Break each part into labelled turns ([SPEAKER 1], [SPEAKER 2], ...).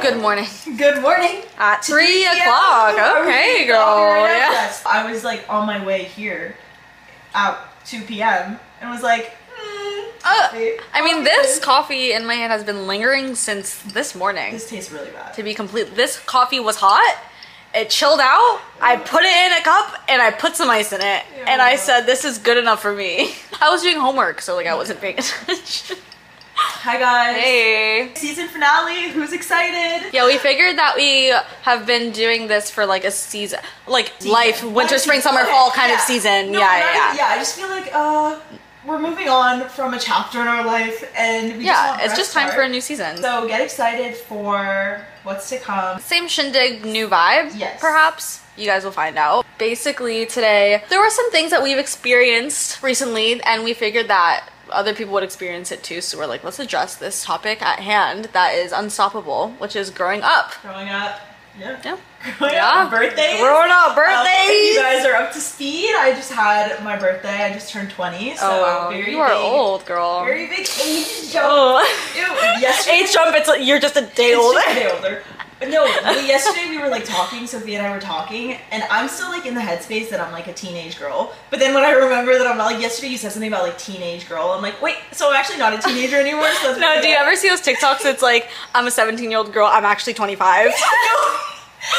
[SPEAKER 1] Good morning.
[SPEAKER 2] Good morning.
[SPEAKER 1] At three
[SPEAKER 2] Yeah.
[SPEAKER 1] o'clock.
[SPEAKER 2] Are we
[SPEAKER 1] Okay,
[SPEAKER 2] gonna
[SPEAKER 1] girl.
[SPEAKER 2] figure it out?
[SPEAKER 1] Yeah.
[SPEAKER 2] Yes. I was like on my way here out 2 p.m. and was like, Oh, mm,
[SPEAKER 1] Uh,
[SPEAKER 2] coffee.
[SPEAKER 1] I mean, this coffee in my hand has been lingering since this morning.
[SPEAKER 2] This tastes really bad.
[SPEAKER 1] to be complete, this coffee was hot. It chilled out. I put it in a cup and I put some ice in it. And I
[SPEAKER 2] Ew.
[SPEAKER 1] said, this is good enough for me. I was doing homework, so like I wasn't paying attention.
[SPEAKER 2] Hi guys.
[SPEAKER 1] Hey.
[SPEAKER 2] Season finale. Who's excited?
[SPEAKER 1] Yeah, we figured that we have been doing this for like a season, like life,
[SPEAKER 2] Season.
[SPEAKER 1] winter,
[SPEAKER 2] Life
[SPEAKER 1] spring,
[SPEAKER 2] season.
[SPEAKER 1] summer,
[SPEAKER 2] Okay,
[SPEAKER 1] fall kind of
[SPEAKER 2] yeah.
[SPEAKER 1] season.
[SPEAKER 2] No,
[SPEAKER 1] yeah,
[SPEAKER 2] not-
[SPEAKER 1] yeah, yeah.
[SPEAKER 2] I just feel like uh, we're moving on from a chapter in our life, and we just
[SPEAKER 1] Yeah,
[SPEAKER 2] want
[SPEAKER 1] it's
[SPEAKER 2] fresh
[SPEAKER 1] just time for a
[SPEAKER 2] start.
[SPEAKER 1] new season.
[SPEAKER 2] So get excited for what's to come.
[SPEAKER 1] Same shindig, new vibe.
[SPEAKER 2] Yes.
[SPEAKER 1] Perhaps. You guys will find out. Basically, today, there were some things that we've experienced recently, and we figured that other people would experience it too. So we're like, let's address this topic at hand that is unstoppable, which is growing up.
[SPEAKER 2] Growing up. Oh, Yeah.
[SPEAKER 1] Yeah.
[SPEAKER 2] Growing
[SPEAKER 1] Yeah.
[SPEAKER 2] up. Birthdays.
[SPEAKER 1] Growing up,
[SPEAKER 2] Um, if
[SPEAKER 1] birthdays!
[SPEAKER 2] you guys are up to speed. I just had my birthday. I just turned 20. So
[SPEAKER 1] oh, wow.
[SPEAKER 2] very
[SPEAKER 1] you are
[SPEAKER 2] big,
[SPEAKER 1] old, girl.
[SPEAKER 2] Very big age jump.
[SPEAKER 1] oh.
[SPEAKER 2] Ew, yesterday.
[SPEAKER 1] Age jump, it's like you're just a day
[SPEAKER 2] It's
[SPEAKER 1] older.
[SPEAKER 2] just a day older. But No, but yesterday we were like talking, Sophie and I were talking, and I'm still like in the headspace that I'm like a teenage girl. But then when I remember that I'm not like yesterday you said something about like teenage girl, I'm like, wait, so I'm actually not a teenager anymore. So that's
[SPEAKER 1] No, do you ever see those TikToks? It's like, I'm a 17 year old girl, I'm actually 25.
[SPEAKER 2] No,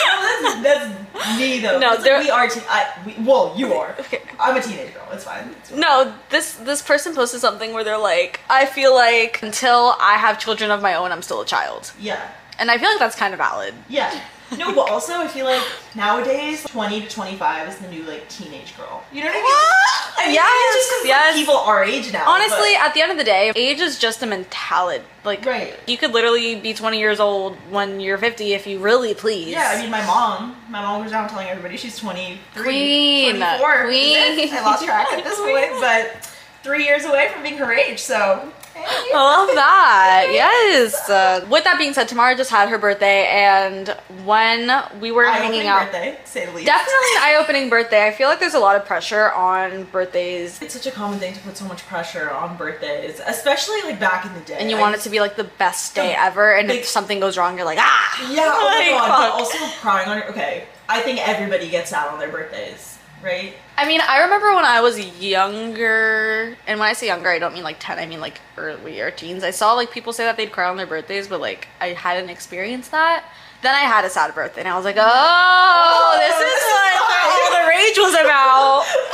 [SPEAKER 2] no that's, that's me though.
[SPEAKER 1] No,
[SPEAKER 2] No, like,
[SPEAKER 1] there-
[SPEAKER 2] we are. Te- I, we, well, you are.
[SPEAKER 1] Okay.
[SPEAKER 2] I'm a teenage girl. It's fine. It's fine.
[SPEAKER 1] No, this this person posted something where they're like, I feel like until I have children of my own, I'm still a child,
[SPEAKER 2] Yeah.
[SPEAKER 1] and I feel like that's kind of valid.
[SPEAKER 2] Yeah. No, but also I feel like nowadays, 20 to 25 is the new like teenage girl. You know what I mean? I mean,
[SPEAKER 1] Yes,
[SPEAKER 2] it's just 'cause, like,
[SPEAKER 1] yes.
[SPEAKER 2] people our age now.
[SPEAKER 1] Honestly, at the end of the day, age is just a mentality. Like,
[SPEAKER 2] but- right.
[SPEAKER 1] you could literally be 20 years old when you're 50 if you really please.
[SPEAKER 2] Yeah, I mean, my mom, my mom goes around telling everybody she's 23,
[SPEAKER 1] Queen.
[SPEAKER 2] 24. is it?
[SPEAKER 1] Queen.
[SPEAKER 2] I lost track at this point, but three years away from being her age, so. hey.
[SPEAKER 1] I love that. Yes. Uh, with that being said, Tamara just had her birthday, and when we were
[SPEAKER 2] Eye-opening
[SPEAKER 1] hanging out,
[SPEAKER 2] birthday, to say the least.
[SPEAKER 1] definitely an eye-opening birthday. I feel like there's a lot of pressure on birthdays
[SPEAKER 2] It's such a common thing to put so much pressure on birthdays, especially like back in the day.
[SPEAKER 1] and you
[SPEAKER 2] I
[SPEAKER 1] want it
[SPEAKER 2] used
[SPEAKER 1] to be like the best day
[SPEAKER 2] The
[SPEAKER 1] ever and if
[SPEAKER 2] big-
[SPEAKER 1] something goes wrong you're like ah
[SPEAKER 2] Yeah, oh my
[SPEAKER 1] Like,
[SPEAKER 2] god,
[SPEAKER 1] fuck.
[SPEAKER 2] but also crying on your okay. I think everybody gets that on their birthdays, right?
[SPEAKER 1] i mean i remember when i was younger and when i say younger i don't mean like 10 i mean like earlier teens i saw like people say that they'd cry on their birthdays but like i hadn't experienced that then i had a sad birthday and i was like oh, this is
[SPEAKER 2] this is
[SPEAKER 1] what
[SPEAKER 2] why.
[SPEAKER 1] all the rage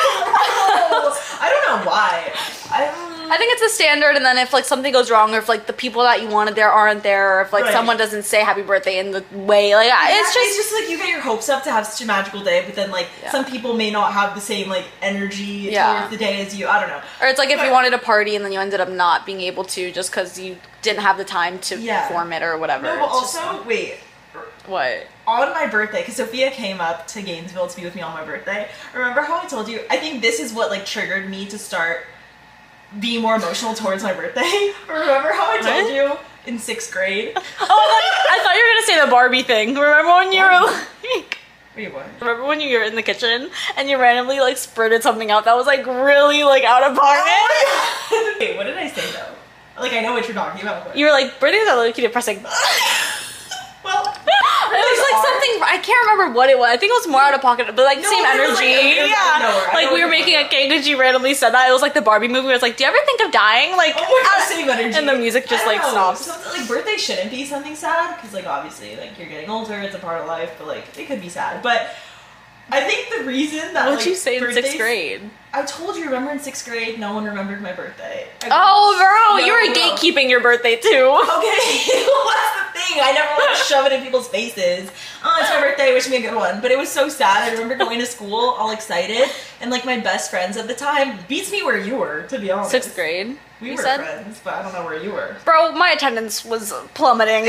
[SPEAKER 1] was about
[SPEAKER 2] I don't know why. I,
[SPEAKER 1] i think it's a standard and then if like something goes wrong or if like the people that you wanted there aren't there or if like
[SPEAKER 2] Right.
[SPEAKER 1] someone doesn't say happy birthday in the way like it's
[SPEAKER 2] Exactly,
[SPEAKER 1] just
[SPEAKER 2] it's just like you get your hopes up to have such a magical day, but then like
[SPEAKER 1] Yeah.
[SPEAKER 2] some people may not have the same like energy
[SPEAKER 1] Yeah.
[SPEAKER 2] towards the day as you. I don't know.
[SPEAKER 1] Or it's like if you
[SPEAKER 2] But-
[SPEAKER 1] wanted a party and then you ended up not being able to just because you didn't have the time to
[SPEAKER 2] Yeah.
[SPEAKER 1] form it or whatever.
[SPEAKER 2] No, but
[SPEAKER 1] It's just-
[SPEAKER 2] also wait.
[SPEAKER 1] what?
[SPEAKER 2] On my birthday, because Sophia came up to Gainesville to be with me on my birthday. Remember how I told you? I think this is what like triggered me to start being more emotional towards my birthday. Remember how I told
[SPEAKER 1] What?
[SPEAKER 2] you in sixth grade?
[SPEAKER 1] Oh, I thought, I thought you were gonna say the Barbie thing. Remember when you were like,
[SPEAKER 2] Wait, what?
[SPEAKER 1] remember when you were in the kitchen and you randomly like spurted something out that was like really like out
[SPEAKER 2] Oh
[SPEAKER 1] of pocket?
[SPEAKER 2] Wait, what did I say though? Like I know what you're talking about. But...
[SPEAKER 1] You were like, Brittany's low-key depressing. It
[SPEAKER 2] Well,
[SPEAKER 1] was like something I can't remember what it was. I think it was more out of pocket, but like
[SPEAKER 2] No,
[SPEAKER 1] same
[SPEAKER 2] it was, like,
[SPEAKER 1] energy.
[SPEAKER 2] it was out of
[SPEAKER 1] yeah,
[SPEAKER 2] nowhere.
[SPEAKER 1] like
[SPEAKER 2] I know
[SPEAKER 1] we
[SPEAKER 2] what
[SPEAKER 1] were
[SPEAKER 2] you're
[SPEAKER 1] making a
[SPEAKER 2] talking
[SPEAKER 1] cake and she randomly said that. It was like the Barbie movie. Where it's like, do you ever think of dying? Like,
[SPEAKER 2] Oh my
[SPEAKER 1] ah,
[SPEAKER 2] god, same energy.
[SPEAKER 1] and the music just
[SPEAKER 2] I
[SPEAKER 1] like
[SPEAKER 2] don't know.
[SPEAKER 1] stops.
[SPEAKER 2] Something- like birthday shouldn't be something sad because like obviously like you're getting older, it's a part of life, but like it could be sad. But I think the reason that
[SPEAKER 1] What'd
[SPEAKER 2] like,
[SPEAKER 1] you say in sixth
[SPEAKER 2] birthdays-
[SPEAKER 1] grade?
[SPEAKER 2] I told you. Remember in sixth grade, no one remembered my birthday. I-
[SPEAKER 1] Oh,
[SPEAKER 2] No,
[SPEAKER 1] girl, you were
[SPEAKER 2] no.
[SPEAKER 1] gatekeeping your birthday too.
[SPEAKER 2] Okay, what's the thing? I never want to shove it in people's faces. Oh, it's my birthday. Wish me a good one. But it was so sad. I remember going to school all excited, and like my best friends at the time beats me where you were. To be honest,
[SPEAKER 1] Sixth grade.
[SPEAKER 2] We
[SPEAKER 1] you
[SPEAKER 2] were
[SPEAKER 1] said?
[SPEAKER 2] friends, but I don't know where you were.
[SPEAKER 1] Bro, my attendance was plummeting.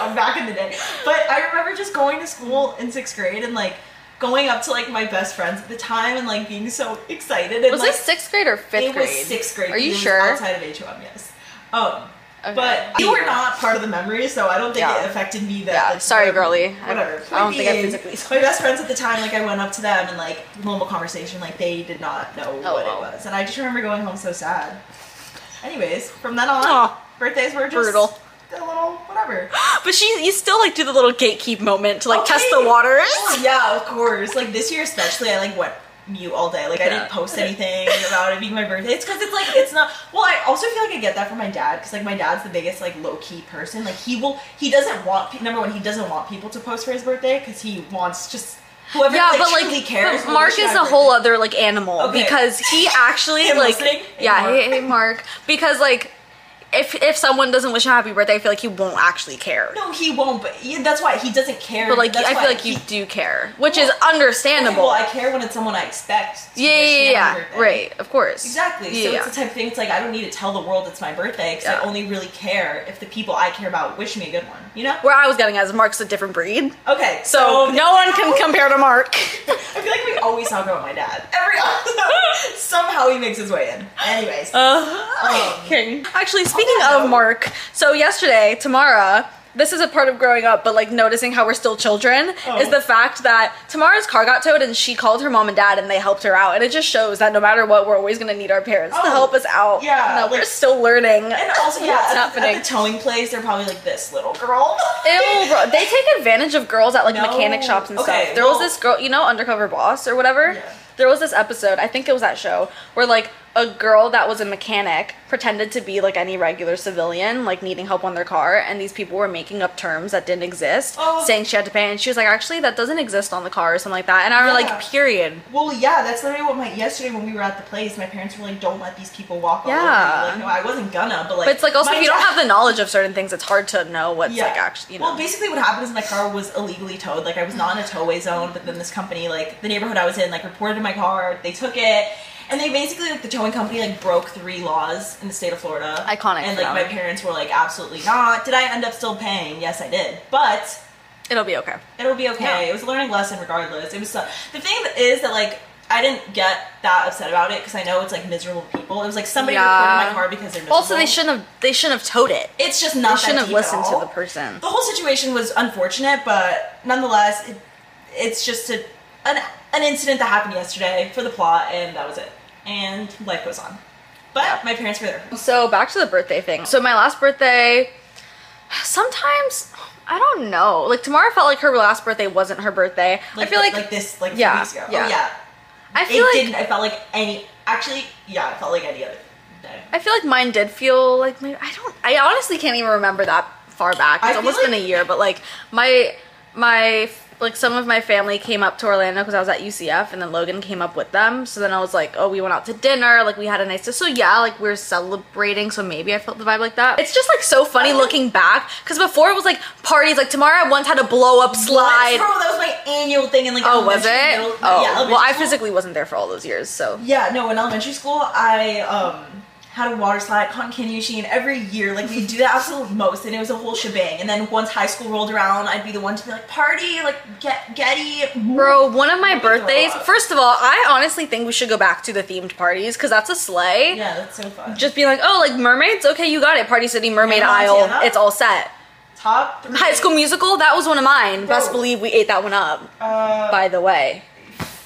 [SPEAKER 2] I'm back in the day. But I remember just going to school in sixth grade and like going up to like my best friends at the time and like being so excited. And,
[SPEAKER 1] was
[SPEAKER 2] like,
[SPEAKER 1] this sixth grade or fifth
[SPEAKER 2] it
[SPEAKER 1] grade?
[SPEAKER 2] was sixth grade.
[SPEAKER 1] Are you
[SPEAKER 2] It was
[SPEAKER 1] sure?
[SPEAKER 2] Outside of HOM, yes. Um,
[SPEAKER 1] Okay.
[SPEAKER 2] but you were not part of the memory, so I don't think
[SPEAKER 1] Yeah.
[SPEAKER 2] it affected me that.
[SPEAKER 1] Yeah,
[SPEAKER 2] like,
[SPEAKER 1] sorry,
[SPEAKER 2] whatever-
[SPEAKER 1] girly. I-
[SPEAKER 2] Whatever.
[SPEAKER 1] I don't
[SPEAKER 2] Point
[SPEAKER 1] think I
[SPEAKER 2] being,
[SPEAKER 1] physically saw
[SPEAKER 2] My best friends at the time, like I went up to them and like normal conversation, like they did not know
[SPEAKER 1] Oh,
[SPEAKER 2] what
[SPEAKER 1] wow.
[SPEAKER 2] it was, and I just remember going home so sad. Anyways, from then on,
[SPEAKER 1] Aw.
[SPEAKER 2] birthdays were just
[SPEAKER 1] Brutal.
[SPEAKER 2] a little whatever.
[SPEAKER 1] But she, you still like do the little gatekeep moment to like test the
[SPEAKER 2] Okay.
[SPEAKER 1] waters.
[SPEAKER 2] Oh, yeah, of course. Like this year especially, I like went mute all day. Like I
[SPEAKER 1] Yeah.
[SPEAKER 2] didn't post anything about it being my birthday. It's because it's like it's not. Well, I also feel like I get that from my dad because like my dad's the biggest like low key person. Like he will, he doesn't want pe- number one, he doesn't want people to post for his birthday because he wants just whoever
[SPEAKER 1] Yeah,
[SPEAKER 2] like,
[SPEAKER 1] but like
[SPEAKER 2] truly cares.
[SPEAKER 1] but
[SPEAKER 2] will
[SPEAKER 1] Mark
[SPEAKER 2] wish you
[SPEAKER 1] is
[SPEAKER 2] happy
[SPEAKER 1] a
[SPEAKER 2] birthday.
[SPEAKER 1] whole other like animal
[SPEAKER 2] Okay.
[SPEAKER 1] because he actually
[SPEAKER 2] Him
[SPEAKER 1] like
[SPEAKER 2] listening? Hey,
[SPEAKER 1] yeah,
[SPEAKER 2] Mark.
[SPEAKER 1] Hey, hey Mark because like if if someone doesn't wish you a happy birthday, I feel like he won't actually care.
[SPEAKER 2] No, he won't. But yeah, that's why he doesn't care.
[SPEAKER 1] But like
[SPEAKER 2] that's
[SPEAKER 1] I
[SPEAKER 2] why
[SPEAKER 1] feel like
[SPEAKER 2] he-
[SPEAKER 1] you do care, which is
[SPEAKER 2] Well,
[SPEAKER 1] understandable.
[SPEAKER 2] Well, I care when it's someone I expect. to
[SPEAKER 1] yeah,
[SPEAKER 2] wish
[SPEAKER 1] yeah,
[SPEAKER 2] me
[SPEAKER 1] yeah,
[SPEAKER 2] happy
[SPEAKER 1] yeah.
[SPEAKER 2] birthday.
[SPEAKER 1] right, of course.
[SPEAKER 2] Exactly.
[SPEAKER 1] Yeah,
[SPEAKER 2] So
[SPEAKER 1] yeah.
[SPEAKER 2] it's the type of thing. It's like I don't need to tell the world it's my birthday because
[SPEAKER 1] Yeah.
[SPEAKER 2] I only really care if the people I care about wish me a good one. You know?
[SPEAKER 1] Where I was getting at is Mark's a different breed,
[SPEAKER 2] Okay.
[SPEAKER 1] so no one can compare to Mark.
[SPEAKER 2] I feel like we always talk about my dad. Every episode, somehow he makes his way in. Anyways,
[SPEAKER 1] Uh,
[SPEAKER 2] Um,
[SPEAKER 1] king. Actually, speaking
[SPEAKER 2] that
[SPEAKER 1] of
[SPEAKER 2] note-
[SPEAKER 1] Mark, so yesterday, Tamara, this is a part of growing up, but like noticing how we're still children,
[SPEAKER 2] Oh.
[SPEAKER 1] is the fact that Tamara's car got towed and she called her mom and dad and they helped her out. And it just shows that no matter what, we're always gonna need our parents to
[SPEAKER 2] Oh,
[SPEAKER 1] help us out.
[SPEAKER 2] yeah,
[SPEAKER 1] No, we're
[SPEAKER 2] like-
[SPEAKER 1] still learning.
[SPEAKER 2] and also yeah,
[SPEAKER 1] what's
[SPEAKER 2] at,
[SPEAKER 1] happening.
[SPEAKER 2] at the towing place, they're probably like this little girl.
[SPEAKER 1] Ew, bro. They take advantage of girls at like
[SPEAKER 2] No.
[SPEAKER 1] mechanic shops and
[SPEAKER 2] Okay,
[SPEAKER 1] stuff. There was
[SPEAKER 2] well-
[SPEAKER 1] this girl, you know, undercover boss or whatever.
[SPEAKER 2] Yeah.
[SPEAKER 1] There was this episode, I think it was that show, where like a girl that was a mechanic pretended to be like any regular civilian, like needing help on their car, and these people were making up terms that didn't exist,
[SPEAKER 2] Oh.
[SPEAKER 1] saying she had to pay, and she was like, actually, that doesn't exist on the car or something like that. And I were
[SPEAKER 2] Yeah.
[SPEAKER 1] like, period.
[SPEAKER 2] Well, yeah, that's literally what my yesterday when we were at the place, my parents were like, "Don't let these people walk all
[SPEAKER 1] Yeah.
[SPEAKER 2] over you." Like, no, I wasn't gonna, but like,
[SPEAKER 1] But it's like also
[SPEAKER 2] my
[SPEAKER 1] if you don't
[SPEAKER 2] dad-
[SPEAKER 1] have the knowledge of certain things, it's hard to know what's like actually, you know.
[SPEAKER 2] Well, basically, what happened is my car was illegally towed. Like, I was not in a towaway zone, but then this company, like the neighborhood I was in, like reported my car. They took it, and they basically, like the towing company, like broke three laws in the state of Florida.
[SPEAKER 1] Iconic
[SPEAKER 2] And
[SPEAKER 1] for them.
[SPEAKER 2] like my parents were like, absolutely not. Did I end up still paying? Yes, I did. But
[SPEAKER 1] It'll be okay.
[SPEAKER 2] it'll be okay.
[SPEAKER 1] Yeah.
[SPEAKER 2] It was a learning lesson, regardless. It was so- the thing that is that like. I didn't get that upset about it because I know it's like miserable people. It was like somebody
[SPEAKER 1] Yeah.
[SPEAKER 2] reported my car because they're miserable.
[SPEAKER 1] Also, they shouldn't have they shouldn't have towed it.
[SPEAKER 2] It's just not.
[SPEAKER 1] They shouldn't
[SPEAKER 2] that
[SPEAKER 1] have
[SPEAKER 2] deep at
[SPEAKER 1] listened to
[SPEAKER 2] all.
[SPEAKER 1] the person.
[SPEAKER 2] The whole situation was unfortunate, but nonetheless, it, it's just a, an, an incident that happened yesterday for the plot, and that was it. And life goes on. But my parents were there.
[SPEAKER 1] So back to the birthday thing. So my last birthday, sometimes I don't know. Like Tamara felt like her last birthday wasn't her birthday.
[SPEAKER 2] Like,
[SPEAKER 1] I feel like,
[SPEAKER 2] like this, like
[SPEAKER 1] Yeah,
[SPEAKER 2] yeah, weeks ago.
[SPEAKER 1] yeah.
[SPEAKER 2] Oh, yeah.
[SPEAKER 1] I
[SPEAKER 2] It
[SPEAKER 1] feel like
[SPEAKER 2] didn't. I felt like any. Actually, yeah, I felt like any other day.
[SPEAKER 1] I feel like mine did feel like maybe I don't. I honestly can't even remember that far back.
[SPEAKER 2] I
[SPEAKER 1] It's
[SPEAKER 2] feel
[SPEAKER 1] almost been
[SPEAKER 2] like-
[SPEAKER 1] a year, but like my my like some of my family came up to Orlando because I was at UCF, and then Logan came up with them. So then I was like, oh, we went out to dinner. Like we had a nice. So yeah, like we are celebrating. So maybe I felt the vibe like that. It's just like so funny looking back because before it was like parties. Like tomorrow I once had a blow up
[SPEAKER 2] What?
[SPEAKER 1] slide.
[SPEAKER 2] Bro, that was my annual thing. And like,
[SPEAKER 1] Oh, was it?
[SPEAKER 2] elementary, middle-
[SPEAKER 1] Oh,
[SPEAKER 2] yeah, elementary
[SPEAKER 1] well, I
[SPEAKER 2] school.
[SPEAKER 1] physically wasn't there for all those years, so
[SPEAKER 2] Yeah, no, in elementary school, I um, had a water slide, cotton candy machine every year. Like, we do the absolute most, and it was a whole shebang. And then once high school rolled around, I'd be the one to be like, party, like, get Getty.
[SPEAKER 1] Bro, one of my
[SPEAKER 2] Let me throw
[SPEAKER 1] birthdays.
[SPEAKER 2] up.
[SPEAKER 1] First of all, I honestly think we should go back to the themed parties because that's a sleigh.
[SPEAKER 2] Yeah, that's so fun.
[SPEAKER 1] Just being like, oh, like mermaids. Okay, you got it. Party City Mermaid
[SPEAKER 2] Hannah
[SPEAKER 1] Isle.
[SPEAKER 2] Montana?
[SPEAKER 1] It's all set.
[SPEAKER 2] Top three.
[SPEAKER 1] High School Musical. That was one of mine. Best
[SPEAKER 2] Bro.
[SPEAKER 1] believe we ate that one up.
[SPEAKER 2] Uh,
[SPEAKER 1] By the way,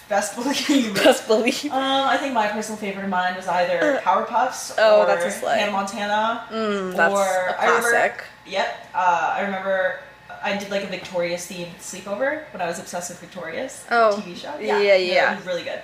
[SPEAKER 2] Best believe. um,
[SPEAKER 1] best believe.
[SPEAKER 2] I think my personal favorite of mine was either Powerpuffs
[SPEAKER 1] Oh,
[SPEAKER 2] or
[SPEAKER 1] that's a slay.
[SPEAKER 2] Hannah Montana.
[SPEAKER 1] Mm, that's
[SPEAKER 2] Um, or
[SPEAKER 1] a
[SPEAKER 2] I remember-
[SPEAKER 1] classic.
[SPEAKER 2] Yep. Uh, I remember I did like a Victorious themed sleepover when I was obsessed with Victorious the
[SPEAKER 1] Oh.
[SPEAKER 2] TV show.
[SPEAKER 1] Yeah, yeah.
[SPEAKER 2] It was really good.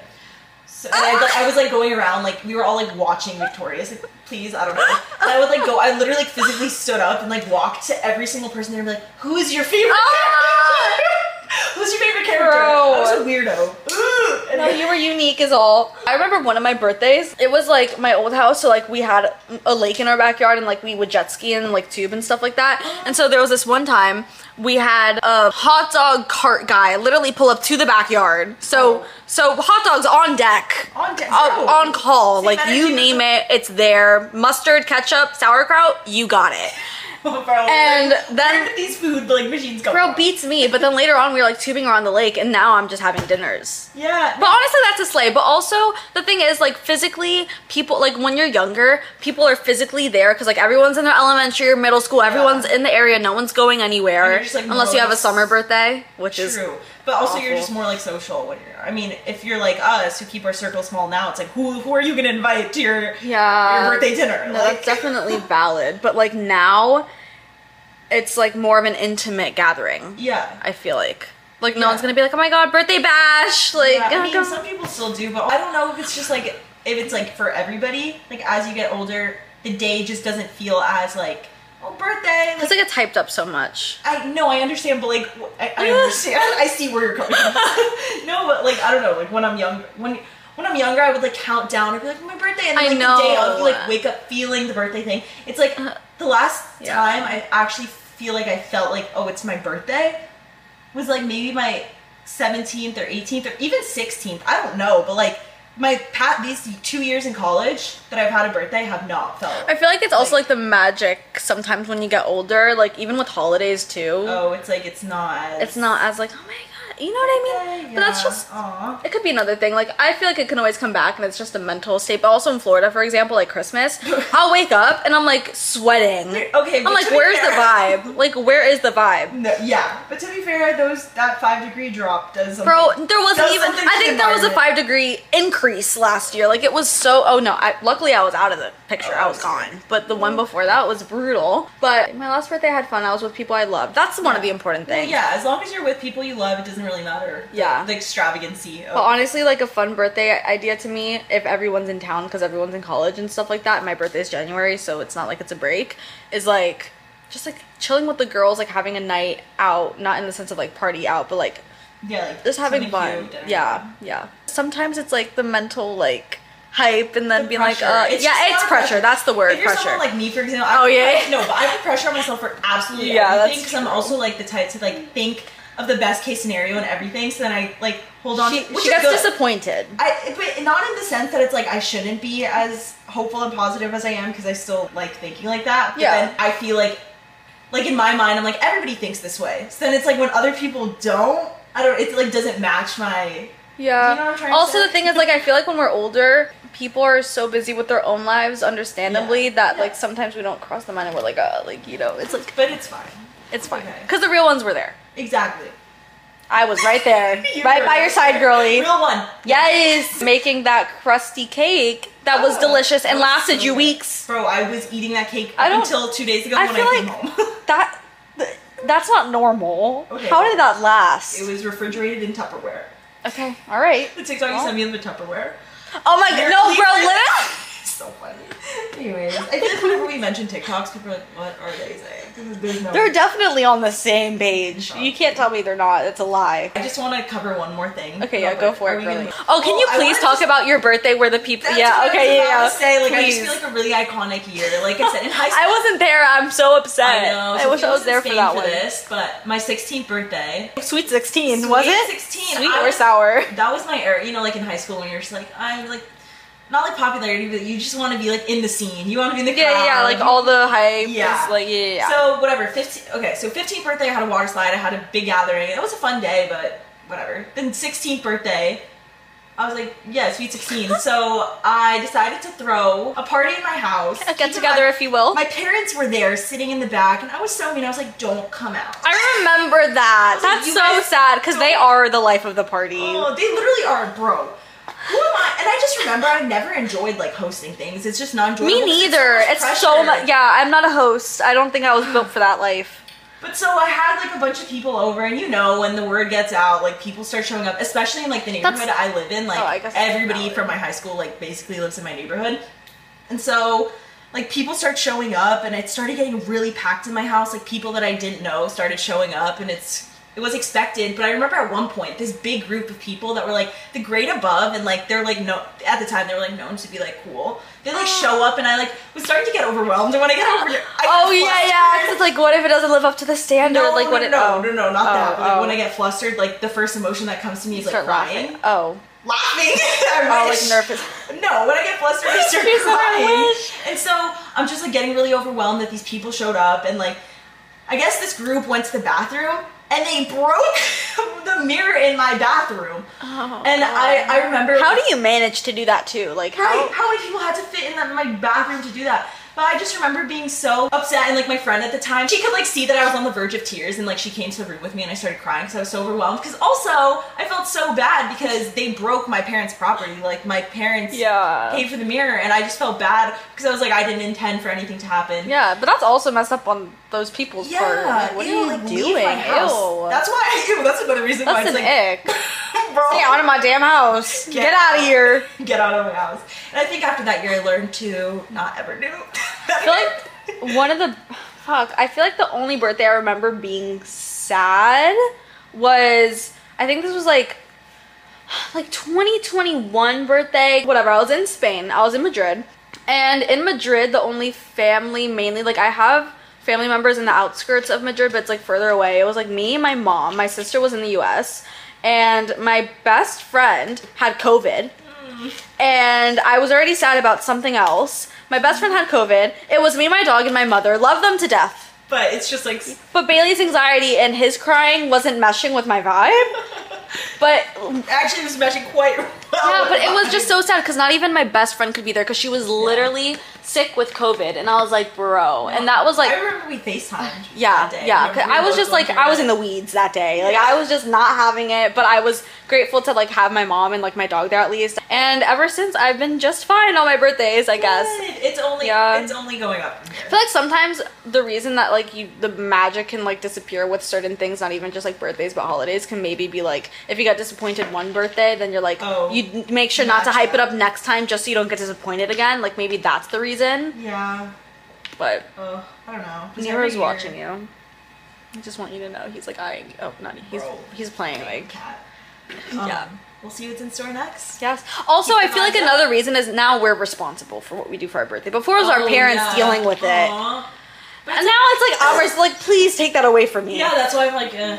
[SPEAKER 2] So, and I, like, I was like going around, like we were all like watching Victorious. Like, please, I don't know. And I would like go. I literally like, physically stood up and like walked to every single person there, and be like, "Who is your favorite?
[SPEAKER 1] Ah!
[SPEAKER 2] character? Who's your favorite character?"
[SPEAKER 1] Bro.
[SPEAKER 2] I was a weirdo. Ooh, and
[SPEAKER 1] No, you were unique as all. I remember one of my birthdays. It was like my old house, so like we had a lake in our backyard, and like we would jet ski and like tube and stuff like that. And so there was this one time we had a hot dog cart guy literally pull up to the backyard. So
[SPEAKER 2] Oh.
[SPEAKER 1] so hot dogs on deck,
[SPEAKER 2] On deck,
[SPEAKER 1] on,
[SPEAKER 2] bro.
[SPEAKER 1] on call.
[SPEAKER 2] See,
[SPEAKER 1] like
[SPEAKER 2] that
[SPEAKER 1] you
[SPEAKER 2] energy
[SPEAKER 1] name
[SPEAKER 2] was-
[SPEAKER 1] it, it's there. Mustard, ketchup, sauerkraut, you got it.
[SPEAKER 2] bro, like,
[SPEAKER 1] And
[SPEAKER 2] where
[SPEAKER 1] then
[SPEAKER 2] did these food like machines go?
[SPEAKER 1] bro
[SPEAKER 2] from?
[SPEAKER 1] beats me. But then later on we were like tubing around the lake, and now I'm just having dinners.
[SPEAKER 2] Yeah.
[SPEAKER 1] But honestly, that's a slay. But also, the thing is, like, physically, people, like, when you're younger, people are physically there because, like, everyone's in their elementary or middle school. Everyone's in the area. No one's going
[SPEAKER 2] And
[SPEAKER 1] anywhere.
[SPEAKER 2] you're just, like,
[SPEAKER 1] unless you have a
[SPEAKER 2] most-
[SPEAKER 1] summer birthday, which is.
[SPEAKER 2] True, but also you're
[SPEAKER 1] awful.
[SPEAKER 2] just more like social when you're. I mean, if you're like us who keep our circle small now, it's like who who are you gonna invite to your
[SPEAKER 1] Yeah.
[SPEAKER 2] your birthday dinner?
[SPEAKER 1] No,
[SPEAKER 2] like,
[SPEAKER 1] that's definitely valid. But, like, now. it's like more of an intimate gathering.
[SPEAKER 2] Yeah.
[SPEAKER 1] I feel like like no
[SPEAKER 2] Yeah.
[SPEAKER 1] one's gonna be like, oh my god, birthday bash. Like,
[SPEAKER 2] Yeah, I
[SPEAKER 1] oh,
[SPEAKER 2] mean,
[SPEAKER 1] God.
[SPEAKER 2] some people still do, but I don't know if it's just like if it's like for everybody. Like as you get older, the day just doesn't feel as like oh birthday.
[SPEAKER 1] it's
[SPEAKER 2] Like,
[SPEAKER 1] like it's hyped up so much.
[SPEAKER 2] I know I understand, but like wh- I, I understand. I see where you're coming from. no, but like I don't know. Like when I'm young, when when I'm younger, I would like count down. I'd be like my birthday, and then
[SPEAKER 1] I
[SPEAKER 2] like the day of,
[SPEAKER 1] know.
[SPEAKER 2] you, like wake up feeling the birthday thing. It's like
[SPEAKER 1] Uh,
[SPEAKER 2] the last
[SPEAKER 1] yeah.
[SPEAKER 2] time I actually feel like I felt like oh it's my birthday was like maybe my 17th or 18th or even 16th. I don't know, but like my pat these two years in college that I've had a birthday have not felt.
[SPEAKER 1] I feel like it's also like the magic sometimes when you get older, like even with holidays too.
[SPEAKER 2] oh, it's like it's not. As,
[SPEAKER 1] It's not as like, oh my god, you know what I mean? But that's just
[SPEAKER 2] Aww.
[SPEAKER 1] it could be another thing. Like I feel like it can always come back, and it's just a mental state. But also in Florida, for example, like Christmas, I'll wake up and I'm like sweating.
[SPEAKER 2] Okay, but
[SPEAKER 1] I'm like,
[SPEAKER 2] to be
[SPEAKER 1] where's the
[SPEAKER 2] fair-
[SPEAKER 1] vibe? Like, where is the vibe?
[SPEAKER 2] No, yeah, but to be fair, those that five degree drop does. Something,
[SPEAKER 1] Bro, there wasn't
[SPEAKER 2] does
[SPEAKER 1] even.
[SPEAKER 2] something to
[SPEAKER 1] I
[SPEAKER 2] the
[SPEAKER 1] think there was a
[SPEAKER 2] environment.
[SPEAKER 1] five degree increase last year. Like it was so. Oh no! I, luckily, I was out of the picture.
[SPEAKER 2] Oh,
[SPEAKER 1] I was gone. But the one before that was brutal. But my last birthday, I had fun. I was with people I love. That's one of the important
[SPEAKER 2] Well,
[SPEAKER 1] things.
[SPEAKER 2] yeah, as long as you're with people you love, it doesn't really matter.
[SPEAKER 1] Yeah.
[SPEAKER 2] the extravagancy. Of,
[SPEAKER 1] But honestly, like a fun birthday idea to me, if everyone's in town because everyone's in college and stuff like that. and My birthday's January, so it's not like it's a break. Is like just like chilling with the girls, like having a night out, not in the sense of like party out, but like
[SPEAKER 2] yeah, like
[SPEAKER 1] just having
[SPEAKER 2] something
[SPEAKER 1] fun.
[SPEAKER 2] cute, dinner.
[SPEAKER 1] Yeah, yeah. Sometimes it's like the mental like hype, and then
[SPEAKER 2] The
[SPEAKER 1] being
[SPEAKER 2] pressure.
[SPEAKER 1] like, uh,
[SPEAKER 2] It's just
[SPEAKER 1] yeah, it's
[SPEAKER 2] not
[SPEAKER 1] pressure.
[SPEAKER 2] pressure.
[SPEAKER 1] That's the word,
[SPEAKER 2] If you're
[SPEAKER 1] pressure.
[SPEAKER 2] someone like me, for example, I
[SPEAKER 1] Oh, yeah,
[SPEAKER 2] I-
[SPEAKER 1] yeah.
[SPEAKER 2] no, but I put pressure on myself for absolutely
[SPEAKER 1] Yeah,
[SPEAKER 2] everything
[SPEAKER 1] that's
[SPEAKER 2] because I'm
[SPEAKER 1] true.
[SPEAKER 2] also like the type to like think of the best case scenario and everything. So then I like hold on.
[SPEAKER 1] she,
[SPEAKER 2] to, which
[SPEAKER 1] she
[SPEAKER 2] is
[SPEAKER 1] gets
[SPEAKER 2] good.
[SPEAKER 1] disappointed.
[SPEAKER 2] I, but not in the sense that it's like I shouldn't be as hopeful and positive as I am because I still like thinking like that. But
[SPEAKER 1] Yeah.
[SPEAKER 2] then I feel like, like in my mind, I'm like everybody thinks this way. So then it's like when other people don't, I don't. It like doesn't match my.
[SPEAKER 1] Yeah.
[SPEAKER 2] You know what I'm trying to
[SPEAKER 1] also,
[SPEAKER 2] say?
[SPEAKER 1] the thing is, like, I feel like when we're older, people are so busy with their own lives, understandably,
[SPEAKER 2] Yeah.
[SPEAKER 1] that
[SPEAKER 2] Yeah.
[SPEAKER 1] like sometimes we don't cross the line and we're like, uh, like you know, it's like
[SPEAKER 2] But it's fine.
[SPEAKER 1] it's fine
[SPEAKER 2] Okay.
[SPEAKER 1] because the real ones were there.
[SPEAKER 2] Exactly.
[SPEAKER 1] I was right there,
[SPEAKER 2] You
[SPEAKER 1] right
[SPEAKER 2] were
[SPEAKER 1] by your side, girlie.
[SPEAKER 2] Real one.
[SPEAKER 1] Yes, making that crusty cake that was
[SPEAKER 2] Oh,
[SPEAKER 1] delicious and
[SPEAKER 2] that was
[SPEAKER 1] lasted
[SPEAKER 2] so
[SPEAKER 1] you
[SPEAKER 2] good.
[SPEAKER 1] weeks.
[SPEAKER 2] Bro, I was eating that cake
[SPEAKER 1] I
[SPEAKER 2] up
[SPEAKER 1] don't-
[SPEAKER 2] until two days ago
[SPEAKER 1] I
[SPEAKER 2] when
[SPEAKER 1] feel
[SPEAKER 2] I came
[SPEAKER 1] like-
[SPEAKER 2] home.
[SPEAKER 1] That th- that's not normal.
[SPEAKER 2] Okay,
[SPEAKER 1] How
[SPEAKER 2] well,
[SPEAKER 1] did that last?
[SPEAKER 2] it was refrigerated in Tupperware.
[SPEAKER 1] okay, all right.
[SPEAKER 2] The TikTok you
[SPEAKER 1] Well.
[SPEAKER 2] sent me of the Tupperware.
[SPEAKER 1] Oh my god,
[SPEAKER 2] You're
[SPEAKER 1] no, bro,
[SPEAKER 2] Cleveland?
[SPEAKER 1] literally.
[SPEAKER 2] so funny. Anyways, I feel like whenever we mention TikToks, people are like, what are they saying? 'Cause There's no
[SPEAKER 1] They're definitely on the same page.
[SPEAKER 2] Oh.
[SPEAKER 1] You can't tell me they're not. It's a lie.
[SPEAKER 2] I just want to cover one more thing.
[SPEAKER 1] Okay,
[SPEAKER 2] real
[SPEAKER 1] yeah, go
[SPEAKER 2] quick.
[SPEAKER 1] for
[SPEAKER 2] Are
[SPEAKER 1] it,
[SPEAKER 2] we
[SPEAKER 1] girly.
[SPEAKER 2] gonna-
[SPEAKER 1] Oh, can you
[SPEAKER 2] I
[SPEAKER 1] please
[SPEAKER 2] wanna
[SPEAKER 1] talk
[SPEAKER 2] just-
[SPEAKER 1] about your birthday where the people?
[SPEAKER 2] That's
[SPEAKER 1] yeah,
[SPEAKER 2] what I
[SPEAKER 1] okay,
[SPEAKER 2] was about
[SPEAKER 1] yeah, yeah.
[SPEAKER 2] to say like I just
[SPEAKER 1] please.
[SPEAKER 2] feel like a really iconic year. Like I said in high school.
[SPEAKER 1] I wasn't there. I'm so upset.
[SPEAKER 2] I know. so
[SPEAKER 1] wish I
[SPEAKER 2] thanks
[SPEAKER 1] was
[SPEAKER 2] to
[SPEAKER 1] there for
[SPEAKER 2] Spain
[SPEAKER 1] that one.
[SPEAKER 2] This, but my 16th birthday.
[SPEAKER 1] Sweet 16, was
[SPEAKER 2] Sweet
[SPEAKER 1] it?
[SPEAKER 2] 16,
[SPEAKER 1] Sweet
[SPEAKER 2] I
[SPEAKER 1] or
[SPEAKER 2] was-
[SPEAKER 1] sour?
[SPEAKER 2] That was my era. You know, like in high school when you're just like I'm like not like popularity, but you just want to be like in the scene. You want to be in the
[SPEAKER 1] Yeah,
[SPEAKER 2] crowd.
[SPEAKER 1] yeah, like all the hype. Yeah.
[SPEAKER 2] Yeah.
[SPEAKER 1] Like, yeah, yeah, yeah.
[SPEAKER 2] So whatever, fifteen. Okay, so fifteenth birthday, I had a water slide. I had a big gathering. It was a fun day, but whatever. Then sixteenth birthday, I was like, yeah, sweet sixteen. so I decided to throw a party in my house.
[SPEAKER 1] A
[SPEAKER 2] Keep
[SPEAKER 1] get
[SPEAKER 2] in
[SPEAKER 1] together,
[SPEAKER 2] mind,
[SPEAKER 1] if you will.
[SPEAKER 2] My parents were there, sitting in the back, and I was so mean. I was like, don't come out.
[SPEAKER 1] I remember that.
[SPEAKER 2] I
[SPEAKER 1] That's
[SPEAKER 2] was like, you
[SPEAKER 1] so
[SPEAKER 2] guys
[SPEAKER 1] sad because they
[SPEAKER 2] don't-
[SPEAKER 1] are the life of the party.
[SPEAKER 2] Oh, they literally are, bro. Who am I? And I just remember I never enjoyed like hosting things. It's just not enjoyable.
[SPEAKER 1] Me
[SPEAKER 2] 'cause
[SPEAKER 1] neither. It's so
[SPEAKER 2] pressure.
[SPEAKER 1] much. Yeah, I'm not a host. I don't think I was built for that life.
[SPEAKER 2] But so I had like a bunch of people over, and you know, when the word gets out, like people start showing up, especially in like the
[SPEAKER 1] That's-
[SPEAKER 2] neighborhood I live in. Like
[SPEAKER 1] Oh, I guess that's
[SPEAKER 2] everybody
[SPEAKER 1] valid.
[SPEAKER 2] from my high school, like basically lives in my neighborhood, and so like people start showing up, and it started getting really packed in my house. Like people that I didn't know started showing up, and it's it was expected. But I remember at one point this big group of people that were like the grade above, and like they're like no at the time they were like known to be like cool. They like show up, and I like was starting to get overwhelmed. And when I got over, I got
[SPEAKER 1] oh yeah, yeah. 'cause
[SPEAKER 2] flustered.
[SPEAKER 1] it's like, what if it doesn't live up to the standard?
[SPEAKER 2] No,
[SPEAKER 1] like,
[SPEAKER 2] no,
[SPEAKER 1] what it?
[SPEAKER 2] no,
[SPEAKER 1] oh.
[SPEAKER 2] no, no, not that.
[SPEAKER 1] Oh,
[SPEAKER 2] But like, when
[SPEAKER 1] oh.
[SPEAKER 2] I get flustered, like the first emotion that comes to me is like
[SPEAKER 1] Start
[SPEAKER 2] crying,
[SPEAKER 1] laughing. Oh,
[SPEAKER 2] laughing. I
[SPEAKER 1] oh, like
[SPEAKER 2] wish.
[SPEAKER 1] nervous.
[SPEAKER 2] No, when I get flustered, I start
[SPEAKER 1] You said, "I
[SPEAKER 2] crying.
[SPEAKER 1] wish.
[SPEAKER 2] And so I'm just like getting really overwhelmed that these people showed up, and like I guess this group went to the bathroom and they broke the mirror in my bathroom.
[SPEAKER 1] Oh,
[SPEAKER 2] and I, I remember
[SPEAKER 1] How do you manage to do that too? Like,
[SPEAKER 2] Right.
[SPEAKER 1] how?
[SPEAKER 2] How many people had to fit in that, my bathroom to do that? But I just remember being so upset, and like my friend at the time, she could like see that I was on the verge of tears, and like she came to the room with me, and I started crying because I was so overwhelmed. Because also, I felt so bad because they broke my parents' property. Like my parents
[SPEAKER 1] Yeah.
[SPEAKER 2] paid for the mirror, and I just felt bad because I was like, I didn't intend for anything to happen.
[SPEAKER 1] Yeah, but that's also messed up on those people's
[SPEAKER 2] Yeah,
[SPEAKER 1] part. Like, what
[SPEAKER 2] ew,
[SPEAKER 1] are you
[SPEAKER 2] like, leave
[SPEAKER 1] doing?
[SPEAKER 2] my house.
[SPEAKER 1] Ew.
[SPEAKER 2] That's why. Ew, that's another reason why
[SPEAKER 1] That's
[SPEAKER 2] it's
[SPEAKER 1] an ick.
[SPEAKER 2] like, bro,
[SPEAKER 1] Stay out of my damn house. Get,
[SPEAKER 2] Get
[SPEAKER 1] out of
[SPEAKER 2] out.
[SPEAKER 1] here.
[SPEAKER 2] get out of my house. And I think after that year, I learned to not ever do. that
[SPEAKER 1] I feel
[SPEAKER 2] again.
[SPEAKER 1] like one of the fuck. I feel like the only birthday I remember being sad was I think this was like like 2021 birthday. Whatever. I was in Spain. I was in Madrid, and in Madrid, the only family mainly like I have family members in the outskirts of Madrid, but it's like further away. It was like me, my mom, my sister was in the U.S. And my best friend had COVID and I was already sad about something else. My best friend had COVID. It was me, my dog, and my mother. Love them to death.
[SPEAKER 2] but it's just like
[SPEAKER 1] But Bailey's anxiety and his crying wasn't meshing with my vibe. But
[SPEAKER 2] actually it was matching quite well.
[SPEAKER 1] yeah, but it was just so sad because not even my best friend could be there because she was literally sick with COVID, and I was like, bro. And that was like,
[SPEAKER 2] I remember we FaceTimed.
[SPEAKER 1] yeah,
[SPEAKER 2] that day.
[SPEAKER 1] yeah. 'cause
[SPEAKER 2] Remember we
[SPEAKER 1] I was
[SPEAKER 2] both
[SPEAKER 1] just like,
[SPEAKER 2] went through
[SPEAKER 1] I was
[SPEAKER 2] that.
[SPEAKER 1] in the weeds that day. Like,
[SPEAKER 2] Yeah.
[SPEAKER 1] I was just not having it, but I was grateful to like have my mom and like my dog there at least. And ever since, I've been just fine on my birthdays, I guess.
[SPEAKER 2] Good. It's only
[SPEAKER 1] Yeah.
[SPEAKER 2] it's only going up. From
[SPEAKER 1] I
[SPEAKER 2] here.
[SPEAKER 1] feel like sometimes the reason that like you the magic can like disappear with certain things, not even just like birthdays but holidays, can maybe be like if you got disappointed one birthday, then you're like
[SPEAKER 2] Oh,
[SPEAKER 1] you n- make sure not to
[SPEAKER 2] gotcha.
[SPEAKER 1] hype it up next time just so you don't get disappointed again. Like maybe that's the reason.
[SPEAKER 2] Yeah.
[SPEAKER 1] But
[SPEAKER 2] Oh, I don't know. Just every
[SPEAKER 1] Nero's
[SPEAKER 2] year-
[SPEAKER 1] watching you. I just want you to know he's like eyeing. you. Oh, not he's
[SPEAKER 2] Bro.
[SPEAKER 1] he's playing like
[SPEAKER 2] Cat.
[SPEAKER 1] Yeah.
[SPEAKER 2] Um, We'll see what's in store next.
[SPEAKER 1] Yes. Also,
[SPEAKER 2] Keep
[SPEAKER 1] I
[SPEAKER 2] an
[SPEAKER 1] feel
[SPEAKER 2] eye
[SPEAKER 1] like
[SPEAKER 2] out.
[SPEAKER 1] another reason is now we're responsible for what we do for our birthday. Before it was our
[SPEAKER 2] Oh,
[SPEAKER 1] parents
[SPEAKER 2] yeah.
[SPEAKER 1] dealing with it.
[SPEAKER 2] Aw. But
[SPEAKER 1] And
[SPEAKER 2] it's
[SPEAKER 1] now it's like ours. Like, please take that away from me.
[SPEAKER 2] Yeah, that's why I'm like, uh,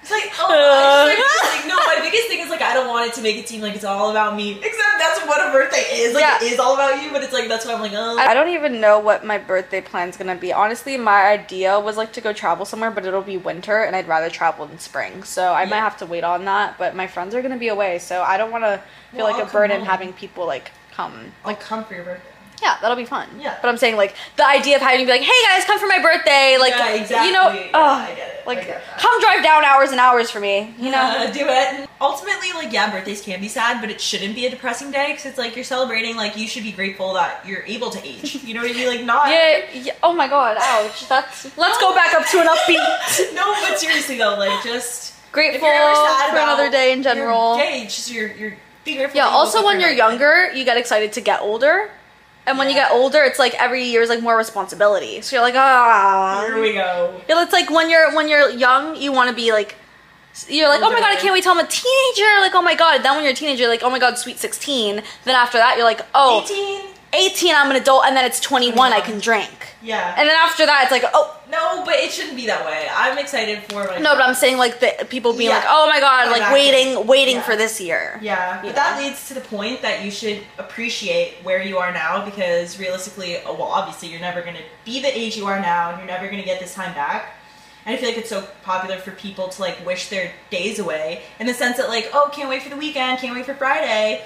[SPEAKER 2] it's like, oh,
[SPEAKER 1] Uh.
[SPEAKER 2] I just, like, no, my biggest thing is like, I don't want it to make it seem like it's all about me. Except that's what a birthday is. Like,
[SPEAKER 1] Yeah.
[SPEAKER 2] it is all about you, but it's like, that's why I'm like, oh.
[SPEAKER 1] I don't even know what my birthday plan's gonna be. Honestly, my idea was like to go travel somewhere, but it'll be winter and I'd rather travel in spring. So I might
[SPEAKER 2] Yeah.
[SPEAKER 1] have to wait on that, but my friends are gonna be away, so I don't wanna feel
[SPEAKER 2] Well,
[SPEAKER 1] like
[SPEAKER 2] I'll
[SPEAKER 1] a
[SPEAKER 2] come
[SPEAKER 1] burden
[SPEAKER 2] home.
[SPEAKER 1] having people like come.
[SPEAKER 2] Like, come for your birthday.
[SPEAKER 1] Yeah, that'll be fun.
[SPEAKER 2] Yeah.
[SPEAKER 1] But I'm saying like the idea of having to be like, hey guys, come for my birthday, like
[SPEAKER 2] Yeah, exactly.
[SPEAKER 1] you know
[SPEAKER 2] Yeah,
[SPEAKER 1] ugh,
[SPEAKER 2] I get it. I
[SPEAKER 1] like
[SPEAKER 2] get that.
[SPEAKER 1] come drive down hours and hours for me. You know?
[SPEAKER 2] Uh, do it. Ultimately, like, yeah, birthdays can be sad, but it shouldn't be a depressing day because it's like you're celebrating, like, you should be grateful that you're able to age. You know what I mean? Like, not.
[SPEAKER 1] yeah, yeah. Oh my god. Ouch. That's. Let's go back up to an upbeat.
[SPEAKER 2] no, but seriously, though, like, just. if
[SPEAKER 1] Grateful
[SPEAKER 2] you're ever sad
[SPEAKER 1] for another
[SPEAKER 2] about
[SPEAKER 1] day in
[SPEAKER 2] your
[SPEAKER 1] general.
[SPEAKER 2] Day, it's just you're, you're be grateful.
[SPEAKER 1] Yeah,
[SPEAKER 2] that you
[SPEAKER 1] also
[SPEAKER 2] woke up
[SPEAKER 1] when you're
[SPEAKER 2] every day.
[SPEAKER 1] younger, you get excited to get older. And when you
[SPEAKER 2] Yeah.
[SPEAKER 1] get older, it's like every year is like more responsibility. So you're like, ah.
[SPEAKER 2] Here we go.
[SPEAKER 1] Yeah, It's like when you're when you're young, you want to be like you're like, "Oh my god, I
[SPEAKER 2] Older.
[SPEAKER 1] can't wait till I'm a teenager." Like, "Oh my god." Then when you're a teenager, you're like, "Oh my god, sweet 16." Then after that, you're like, "Oh,
[SPEAKER 2] 18.
[SPEAKER 1] 18, I'm an adult." And then it's 21, I can drink.
[SPEAKER 2] Yeah.
[SPEAKER 1] And then after that, it's like, "Oh,
[SPEAKER 2] no, but it shouldn't be that way. I'm excited for like.
[SPEAKER 1] no, but I'm saying like the people being
[SPEAKER 2] Yeah.
[SPEAKER 1] like, "Oh my god, like
[SPEAKER 2] Exactly.
[SPEAKER 1] waiting waiting
[SPEAKER 2] Yeah.
[SPEAKER 1] for this year."
[SPEAKER 2] Yeah,
[SPEAKER 1] Yeah.
[SPEAKER 2] but that leads to the point that you should appreciate where you are now because realistically, oh, well, obviously, you're never going to be the age you are now and you're never going to get this time back. And I feel like it's so popular for people to like wish their days away in the sense that, like, oh, can't wait for the weekend, can't wait for Friday.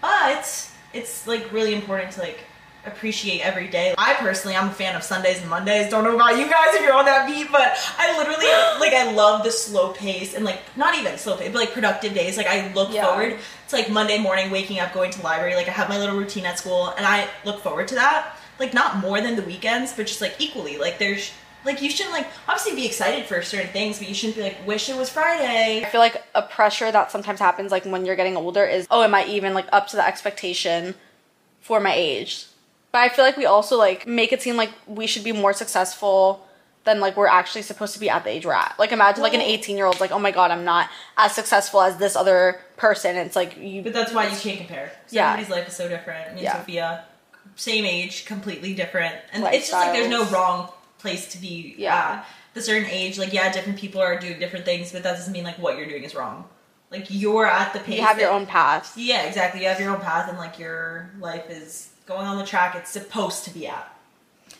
[SPEAKER 2] But it's like really important to like appreciate every day. I personally, I'm a fan of Sundays and Mondays. Don't know about you guys if you're on that beat, but I literally like I love the slow pace and like not even slow pace, but like productive days. Like I look
[SPEAKER 1] Yeah.
[SPEAKER 2] forward to like Monday morning waking up, going to the library. Like I have my little routine at school, and I look forward to that. Like not more than the weekends, but just like equally. Like there's like you shouldn't like obviously be excited for certain things, but you shouldn't be like wish it was Friday.
[SPEAKER 1] I feel like a pressure that sometimes happens like when you're getting older is oh am I even like up to the expectation for my age. But I feel like we also like make it seem like we should be more successful than like we're actually supposed to be at the age we're at. Like imagine like an
[SPEAKER 2] Well-
[SPEAKER 1] 18 year old like oh my god I'm not as successful as this other person. It's like you
[SPEAKER 2] But that's why you can't compare.
[SPEAKER 1] Yeah.
[SPEAKER 2] Everybody's life is so different. Me and
[SPEAKER 1] Yeah.
[SPEAKER 2] Sophia, same age, completely different. And it's just like there's no
[SPEAKER 1] Lifestyles.
[SPEAKER 2] wrong place to be
[SPEAKER 1] Yeah.
[SPEAKER 2] at. The certain age, like yeah, different people are doing different things, but that doesn't mean like what you're doing is wrong. Like you're at the pace.
[SPEAKER 1] you have your
[SPEAKER 2] that-
[SPEAKER 1] own path.
[SPEAKER 2] Yeah, exactly. You have your own path, and like your life is going on the track it's supposed to be at.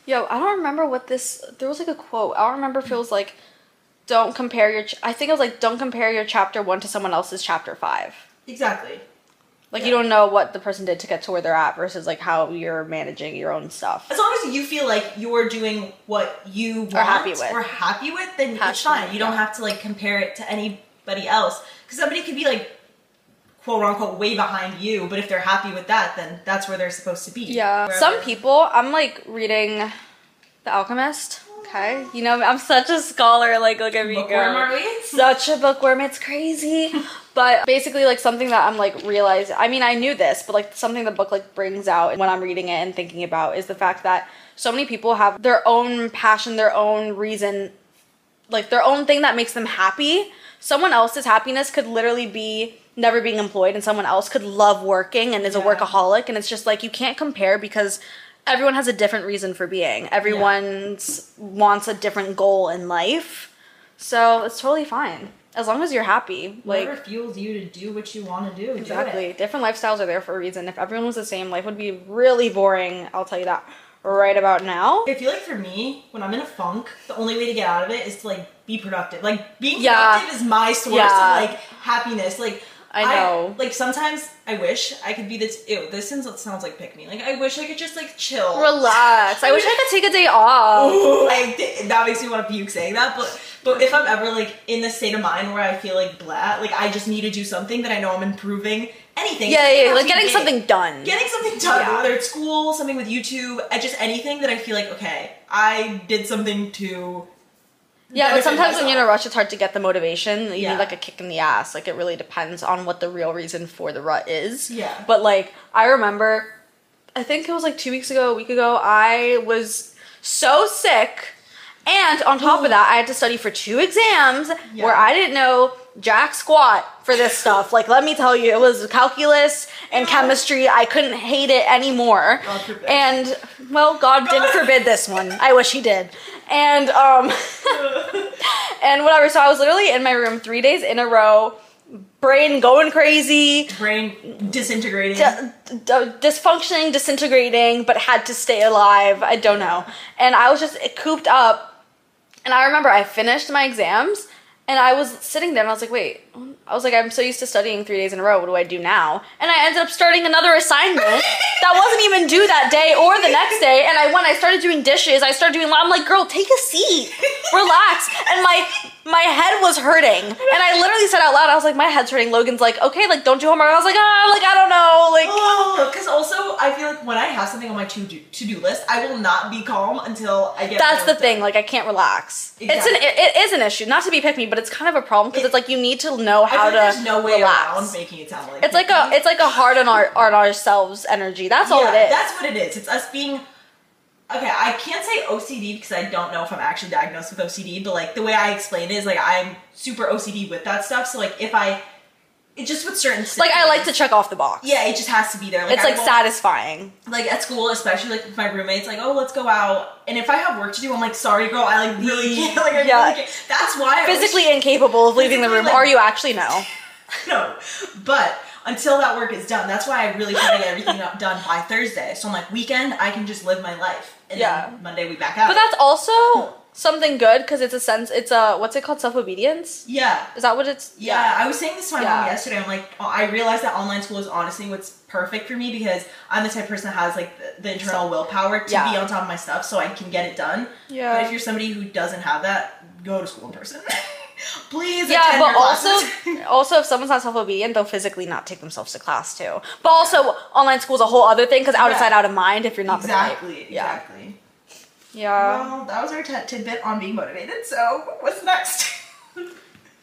[SPEAKER 1] Yo, I don't remember what this. There was like a quote. I don't remember if it was like, "Don't compare your." Ch- I think it was like, "Don't compare your chapter one to someone else's chapter five.
[SPEAKER 2] Exactly.
[SPEAKER 1] Like you don't know what the person did to get to where they're at versus like how you're managing your own stuff.
[SPEAKER 2] As long as you feel like you're doing what you want
[SPEAKER 1] happy with.
[SPEAKER 2] or happy with, then it's
[SPEAKER 1] Passionate,
[SPEAKER 2] fine. You don't
[SPEAKER 1] yeah.
[SPEAKER 2] have to like compare it to anybody else because somebody could be like quote unquote way behind you, but if they're happy with that, then that's where they're supposed to be.
[SPEAKER 1] Yeah.
[SPEAKER 2] Wherever-
[SPEAKER 1] Some people, I'm like reading The Alchemist. Okay. You know, I'm such a scholar. Like, look at me go.
[SPEAKER 2] Bookworm, are we?
[SPEAKER 1] Such a bookworm. It's crazy. but basically, like, something that I'm like realizing. I mean, I knew this, but like, something the book like brings out when I'm reading it and thinking about is the fact that so many people have their own passion, their own reason like their own thing that makes them happy. Someone else's happiness could literally be never being employed, and someone else could love working and is a
[SPEAKER 2] Yeah.
[SPEAKER 1] workaholic. And it's just like you can't compare because everyone has a different reason for being. Everyone's wants a different goal in life, so it's totally fine as long as you're happy. Like
[SPEAKER 2] Whatever fuels you to do what you want to do. do
[SPEAKER 1] exactly,
[SPEAKER 2] it.
[SPEAKER 1] different lifestyles are there for a reason. If everyone was the same, life would be really boring. I'll tell you that right about now.
[SPEAKER 2] I feel like for me, when I'm in a funk, the only way to get out of it is to like be productive. Like being
[SPEAKER 1] Yeah.
[SPEAKER 2] productive is my source
[SPEAKER 1] Yeah.
[SPEAKER 2] of like happiness. Like
[SPEAKER 1] I know.
[SPEAKER 2] like sometimes I wish I could be this. Ew, this sounds, sounds like pick me. Like I wish I could just like chill.
[SPEAKER 1] Relax. I wish I could take a day off.
[SPEAKER 2] Ooh, I, that makes me want to puke saying that, but but if I'm ever like in the state of mind where I feel like blah, like I just need to do something that I know I'm improving anything.
[SPEAKER 1] Yeah,
[SPEAKER 2] It
[SPEAKER 1] yeah, yeah, like
[SPEAKER 2] doesn't have to be
[SPEAKER 1] getting
[SPEAKER 2] big.
[SPEAKER 1] something done.
[SPEAKER 2] getting something done,
[SPEAKER 1] Yeah.
[SPEAKER 2] whether it's school, something with YouTube, uh, just anything that I feel like okay, I did something to
[SPEAKER 1] yeah, but
[SPEAKER 2] benefit
[SPEAKER 1] sometimes when you're in a
[SPEAKER 2] myself.
[SPEAKER 1] rush, it's hard to get the motivation. You
[SPEAKER 2] Yeah.
[SPEAKER 1] need like a kick in the ass. Like it really depends on what the real reason for the rut is.
[SPEAKER 2] Yeah.
[SPEAKER 1] But like I remember, I think it was like two weeks ago, a week ago, I was so sick. And on top of that, I had to study for two exams
[SPEAKER 2] Yeah.
[SPEAKER 1] where I didn't know jack squat for this stuff. Like, let me tell you, it was calculus and chemistry. I couldn't hate it anymore.
[SPEAKER 2] God forbid.
[SPEAKER 1] And, well, God did
[SPEAKER 2] God.
[SPEAKER 1] forbid this one. I wish He did. And, um, and whatever. So I was literally in my room three days in a row, brain going crazy,
[SPEAKER 2] brain disintegrating.
[SPEAKER 1] d- d- dysfunctioning, disintegrating, but had to stay alive. I don't know. And I was just cooped up. And I remember I finished my exams and I was sitting there and I was like, wait. I was like, I'm so used to studying three days in a row. What do I do now? And I ended up starting another assignment that wasn't even due that day or the next day. And I went, I started doing dishes. I started doing, I'm like, girl, take a seat, relax. And my, my head was hurting. And I literally said out loud, I was like, my head's hurting. Logan's like, okay, like, don't do homework. I was like, ah, like, I don't know. Like,
[SPEAKER 2] Because Oh, also, I feel like when I have something on my to do to do list, I will not be calm until I get.
[SPEAKER 1] That's
[SPEAKER 2] all
[SPEAKER 1] the
[SPEAKER 2] done.
[SPEAKER 1] thing. Like, I can't relax. It's an
[SPEAKER 2] Exactly.
[SPEAKER 1] it, it is an issue. Not to be pick me, but it's kind of a problem because it's
[SPEAKER 2] It-
[SPEAKER 1] like you need to know
[SPEAKER 2] I
[SPEAKER 1] how
[SPEAKER 2] feel like
[SPEAKER 1] to
[SPEAKER 2] there's no way around
[SPEAKER 1] relax.
[SPEAKER 2] making it sound like
[SPEAKER 1] It's like a it's like a hard on our on ourselves energy. That's all
[SPEAKER 2] yeah,
[SPEAKER 1] it is.
[SPEAKER 2] That's what it is. It's us being. Okay, I can't say OCD because I don't know if I'm actually diagnosed with OCD, but like the way I explain it is like I'm super OCD with that stuff. So like if I, it just with certain
[SPEAKER 1] like I like to check off the box.
[SPEAKER 2] Yeah, it just has to be there. Like,
[SPEAKER 1] it's
[SPEAKER 2] I
[SPEAKER 1] like
[SPEAKER 2] won't-
[SPEAKER 1] satisfying.
[SPEAKER 2] like at school, especially like with my roommates, like, oh, let's go out. And if I have work to do, I'm like, sorry, girl, I like really can't. Like, I
[SPEAKER 1] Yeah.
[SPEAKER 2] really can't. That's why I
[SPEAKER 1] Physically incapable of leaving the
[SPEAKER 2] Physically,
[SPEAKER 1] room,
[SPEAKER 2] like-
[SPEAKER 1] or you actually know.
[SPEAKER 2] always, no. But until that work is done, that's why I really try to get everything up- done by Thursday. So I'm like, weekend, I can just live my life. And
[SPEAKER 1] Yeah.
[SPEAKER 2] then Monday, we back out.
[SPEAKER 1] But that's also something good because it's a sense. It's a what's it called? Self obedience.
[SPEAKER 2] yeah.
[SPEAKER 1] Is that what it's?
[SPEAKER 2] Yeah, I was saying this to my mom
[SPEAKER 1] Yeah.
[SPEAKER 2] yesterday. I'm like, oh, I realized that online school is honestly what's perfect for me because I'm the type of person that has like the, the internal willpower to
[SPEAKER 1] Yeah.
[SPEAKER 2] be on top of my stuff so I can get it done.
[SPEAKER 1] Yeah.
[SPEAKER 2] But if you're somebody who doesn't have that, go to school in person. Please.
[SPEAKER 1] Yeah,
[SPEAKER 2] attend
[SPEAKER 1] but
[SPEAKER 2] your
[SPEAKER 1] also,
[SPEAKER 2] classes.
[SPEAKER 1] also if someone's not self-obedient, they'll physically not take themselves to class too. But also, online school is a whole other thing because out of
[SPEAKER 2] Yeah.
[SPEAKER 1] sight, out of mind. If you're not
[SPEAKER 2] exactly.
[SPEAKER 1] the type. yeah,
[SPEAKER 2] Exactly.
[SPEAKER 1] yeah.
[SPEAKER 2] well, that was our t- tidbit on being motivated. So what's next?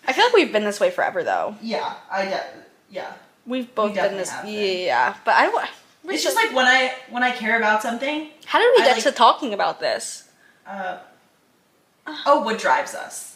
[SPEAKER 1] I feel like we've been this way forever though.
[SPEAKER 2] yeah, I de- yeah.
[SPEAKER 1] We've both been
[SPEAKER 2] definitely
[SPEAKER 1] this.
[SPEAKER 2] have been.
[SPEAKER 1] Yeah, yeah. But I don't.
[SPEAKER 2] It's just like when I when I care about something.
[SPEAKER 1] how did we
[SPEAKER 2] I
[SPEAKER 1] get
[SPEAKER 2] like-
[SPEAKER 1] to talking about this?
[SPEAKER 2] Uh,
[SPEAKER 1] Uh.
[SPEAKER 2] oh, what drives us?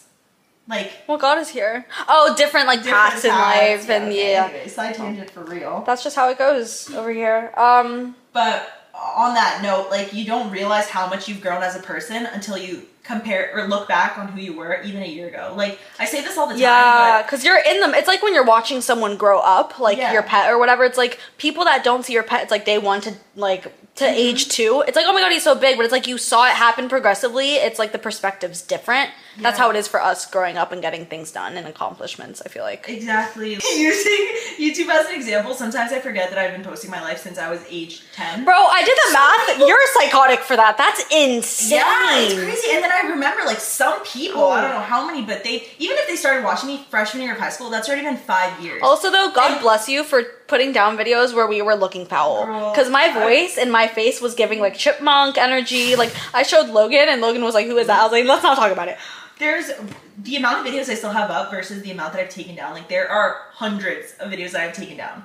[SPEAKER 2] Like
[SPEAKER 1] Well, God is here. Oh, different like paths in life, and yeah,
[SPEAKER 2] Anyway, side tangent for real.
[SPEAKER 1] that's just how it goes over here. Um,
[SPEAKER 2] But on that note, like you don't realize how much you've grown as a person until you compare or look back on who you were even a year ago. Like I say this all the time.
[SPEAKER 1] Yeah,
[SPEAKER 2] but
[SPEAKER 1] because you're in them. It's like when you're watching someone grow up, like
[SPEAKER 2] Yeah.
[SPEAKER 1] your pet or whatever. It's like people that don't see your pet. It's like they want to like to
[SPEAKER 2] Mm-hmm.
[SPEAKER 1] age two. It's like, oh my god, he's so big, but it's like you saw it happen progressively. It's like the perspective's different. That's
[SPEAKER 2] Yeah.
[SPEAKER 1] how it is for us growing up and getting things done and accomplishments, I feel like.
[SPEAKER 2] Exactly. Using YouTube as an example, sometimes I forget that I've been posting my life since I was age 10.
[SPEAKER 1] Bro, I did the math. You're psychotic for that. That's insane.
[SPEAKER 2] Yeah, it's crazy. And then I remember, like, some people, I don't know how many, but they, even if they started watching me freshman year of high school, that's already been five years.
[SPEAKER 1] Also, though, God
[SPEAKER 2] And-
[SPEAKER 1] bless you for putting down videos where we were looking foul.
[SPEAKER 2] Girl,
[SPEAKER 1] Because my
[SPEAKER 2] I-
[SPEAKER 1] voice and my face was giving like chipmunk energy. Like, I showed Logan, and Logan was like, Who is that? I was like, Let's not talk about it.
[SPEAKER 2] There's the amount of videos I still have up versus the amount that I've taken down. Like, there are hundreds of videos that I've taken down.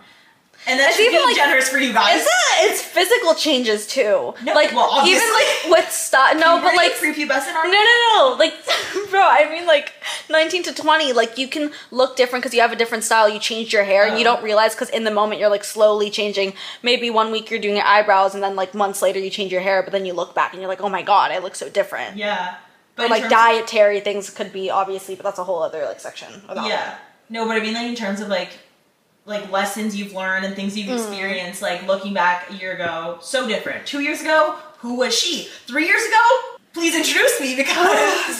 [SPEAKER 2] And that's
[SPEAKER 1] It's
[SPEAKER 2] being
[SPEAKER 1] even, like-
[SPEAKER 2] generous for you guys.
[SPEAKER 1] It's, a, it's physical changes too.
[SPEAKER 2] No,
[SPEAKER 1] like,
[SPEAKER 2] well,
[SPEAKER 1] even
[SPEAKER 2] obviously.
[SPEAKER 1] like with stuff. No, but
[SPEAKER 2] Puberty,
[SPEAKER 1] like
[SPEAKER 2] prepubescent
[SPEAKER 1] No,
[SPEAKER 2] hormone?
[SPEAKER 1] no, no. Like, bro, I mean, like, 19 to 20, like, you can look different because you have a different style. You changed your hair and you
[SPEAKER 2] Oh.
[SPEAKER 1] don't realize because in the moment you're, like, slowly changing. Maybe one week you're doing your eyebrows and then, like, months later you change your hair, but then you look back and you're like, oh my god, I look so different.
[SPEAKER 2] Yeah. But
[SPEAKER 1] Or,
[SPEAKER 2] in
[SPEAKER 1] like,
[SPEAKER 2] terms of-
[SPEAKER 1] dietary things could be, obviously, but that's a whole other, like, section about
[SPEAKER 2] Yeah.
[SPEAKER 1] it.
[SPEAKER 2] No, but I mean, like in terms of like like lessons you've learned and things you've
[SPEAKER 1] Mm.
[SPEAKER 2] experienced, like looking back a year ago, so different. Two years ago, who was she? Three years ago, please introduce me because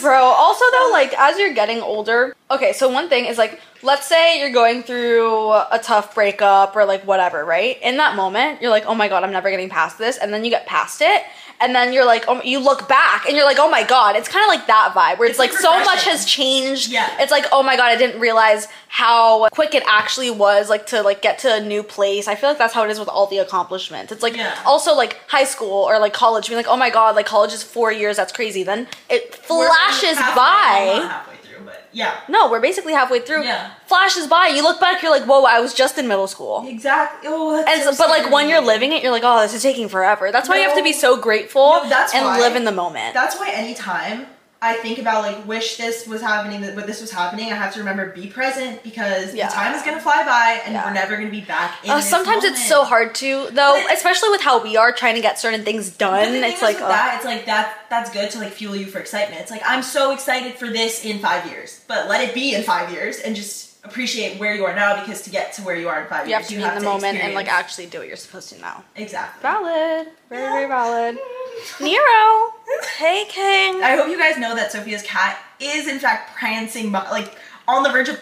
[SPEAKER 1] Bro, also though, like as you're getting older, okay, so one thing is like, let's say you're going through a tough breakup or like whatever, right? In that moment, you're like, oh my god, I'm never getting past this, and then you get past it, and then you're like, oh, you look back and you're like, oh my god, it's kind of like that vibe where it's,
[SPEAKER 2] It's like
[SPEAKER 1] like so much
[SPEAKER 2] regression.
[SPEAKER 1] has changed.
[SPEAKER 2] Yeah.
[SPEAKER 1] it's like oh my god, I didn't realize how quick it actually was, like to like get to a new place. I feel like that's how it is with all the accomplishments. It's like
[SPEAKER 2] Yeah.
[SPEAKER 1] also like high school or like college, being like oh my god, like college is four years, that's crazy. Then it
[SPEAKER 2] We're
[SPEAKER 1] flashes
[SPEAKER 2] halfway- well, Not
[SPEAKER 1] by.
[SPEAKER 2] halfway through, but yeah,
[SPEAKER 1] No, we're basically halfway through.
[SPEAKER 2] Yeah.
[SPEAKER 1] Flashes by. You look back, you're like, whoa, I was just in middle school.
[SPEAKER 2] exactly. Oh, that's
[SPEAKER 1] And
[SPEAKER 2] so
[SPEAKER 1] so- but like when you're
[SPEAKER 2] scary.
[SPEAKER 1] living it, you're like, oh, this is taking forever. That's why you have to be
[SPEAKER 2] No.
[SPEAKER 1] so grateful
[SPEAKER 2] No, that's
[SPEAKER 1] and
[SPEAKER 2] why.
[SPEAKER 1] live in the moment.
[SPEAKER 2] That's why anytime I think about like wish this was happening, that but this was happening, I have to remember be present because
[SPEAKER 1] Yeah.
[SPEAKER 2] the time is gonna fly by and
[SPEAKER 1] Yeah.
[SPEAKER 2] we're never gonna be back. in
[SPEAKER 1] Uh,
[SPEAKER 2] this
[SPEAKER 1] sometimes it's
[SPEAKER 2] moment.
[SPEAKER 1] so hard to though,
[SPEAKER 2] But-
[SPEAKER 1] especially with how we are trying to get certain things
[SPEAKER 2] But the
[SPEAKER 1] done.
[SPEAKER 2] thing
[SPEAKER 1] It's
[SPEAKER 2] is
[SPEAKER 1] like
[SPEAKER 2] with
[SPEAKER 1] oh.
[SPEAKER 2] that, it's like that. That's good to like fuel you for excitement. It's like I'm so excited for this in five years, but let it be in five years and just appreciate where you are now because to get to where you are in five
[SPEAKER 1] you
[SPEAKER 2] years,
[SPEAKER 1] have to be in the moment and like
[SPEAKER 2] experience-
[SPEAKER 1] actually do what you're supposed to now.
[SPEAKER 2] exactly.
[SPEAKER 1] Valid, very very
[SPEAKER 2] Yeah.
[SPEAKER 1] valid. Nero, hey King.
[SPEAKER 2] I hope you guys know that Sophia's cat is in fact prancing, bu- like on the verge of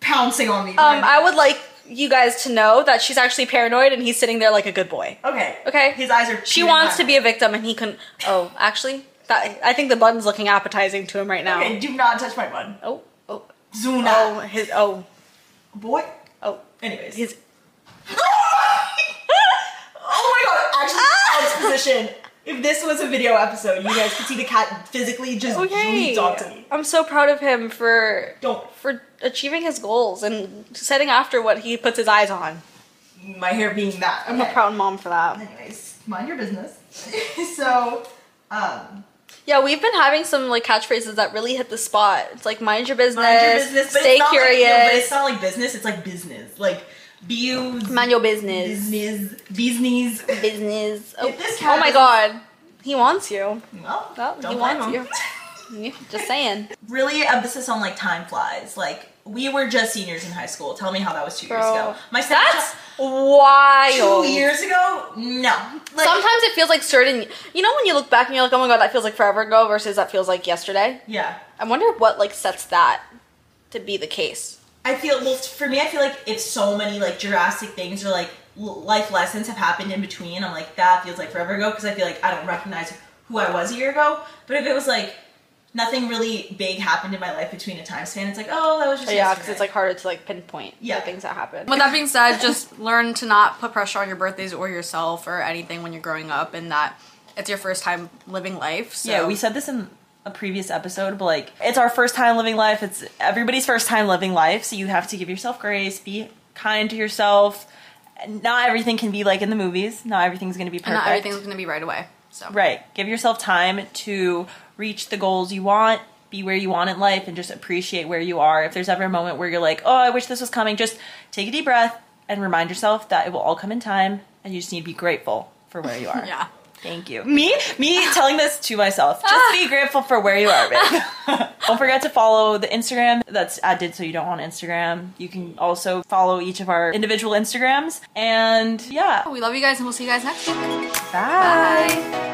[SPEAKER 2] pouncing on me.
[SPEAKER 1] Um, I would like you guys to know that she's actually paranoid and he's sitting there like a good boy.
[SPEAKER 2] Okay.
[SPEAKER 1] Okay.
[SPEAKER 2] His eyes are.
[SPEAKER 1] She
[SPEAKER 2] peeled
[SPEAKER 1] wants to
[SPEAKER 2] back.
[SPEAKER 1] be a victim and he couldn't. Oh, actually, that I think the button's looking appetizing to him right now.
[SPEAKER 2] Okay. Do not touch my bun.
[SPEAKER 1] Oh, oh,
[SPEAKER 2] Zuna.
[SPEAKER 1] oh, his, oh,
[SPEAKER 2] Boy.
[SPEAKER 1] oh,
[SPEAKER 2] Anyways.
[SPEAKER 1] his.
[SPEAKER 2] oh my god, actually, cat's position. If this was a video episode, you guys could see the cat physically just
[SPEAKER 1] Okay.
[SPEAKER 2] leaped onto me.
[SPEAKER 1] I'm so proud of him for
[SPEAKER 2] Don't.
[SPEAKER 1] for achieving his goals and setting after what he puts his eyes on.
[SPEAKER 2] My hair being that.
[SPEAKER 1] I'm a proud mom for that.
[SPEAKER 2] Anyways, mind your business. so, um,
[SPEAKER 1] Yeah, we've been having some like catchphrases that really hit the spot. It's like mind your business,
[SPEAKER 2] mind your business. But
[SPEAKER 1] stay
[SPEAKER 2] it's not
[SPEAKER 1] curious,
[SPEAKER 2] Like, no, but it's not like business. It's like business. Like, bu-
[SPEAKER 1] mind your business,
[SPEAKER 2] business, business.
[SPEAKER 1] business. Oh, oh
[SPEAKER 2] this cat
[SPEAKER 1] my
[SPEAKER 2] doesn't-
[SPEAKER 1] god, he wants you.
[SPEAKER 2] Well,
[SPEAKER 1] Well, he
[SPEAKER 2] don't blame
[SPEAKER 1] wants
[SPEAKER 2] him.
[SPEAKER 1] Yeah, Just saying.
[SPEAKER 2] really emphasis on like time flies. Like we were just seniors in high school. Tell me how that was two years
[SPEAKER 1] Bro,
[SPEAKER 2] ago. My
[SPEAKER 1] That's
[SPEAKER 2] Snapchat
[SPEAKER 1] wild.
[SPEAKER 2] two years ago. No, like,
[SPEAKER 1] Sometimes it feels like certain. You know when you look back and you're like, oh my god, that feels like forever ago versus that feels like yesterday.
[SPEAKER 2] yeah.
[SPEAKER 1] I wonder what like sets that to be the case.
[SPEAKER 2] I feel well for me. I feel like if so many like drastic things or like l- life lessons have happened in between, I'm like that feels like forever ago because I feel like I don't recognize who I was a year ago. But if it was like nothing really big happened in my life between a time span, it's like oh that was just
[SPEAKER 1] yeah, because
[SPEAKER 2] yesterday.
[SPEAKER 1] it's like harder to like pinpoint
[SPEAKER 2] Yeah.
[SPEAKER 1] the things that happen.
[SPEAKER 3] With that being said, just learn to not put pressure on your birthdays or yourself or anything when you're growing up, and that it's your first time living life. So.
[SPEAKER 2] Yeah, we said this in a previous episode, but like it's our first time living life. It's everybody's first time living life, so you have to give yourself grace, be kind to yourself. Not everything can be like in the movies. Not everything's going to be perfect.
[SPEAKER 3] and not everything's gonna be right away. So
[SPEAKER 2] right. Give yourself time to reach the goals you want, be where you want in life and just appreciate where you are. If there's ever a moment where you're like, "Oh, I wish this was coming," just take a deep breath and remind yourself that it will all come in time and you just need to be grateful for where you are.
[SPEAKER 3] yeah.
[SPEAKER 2] Thank you. Me, me telling this to myself. Just be grateful for where you are, babe. don't forget to follow the Instagram. That's I did so you don't on Instagram. You can also follow each of our individual Instagrams. And yeah,
[SPEAKER 1] We love you guys and we'll see you guys next week.
[SPEAKER 2] bye.
[SPEAKER 1] Bye.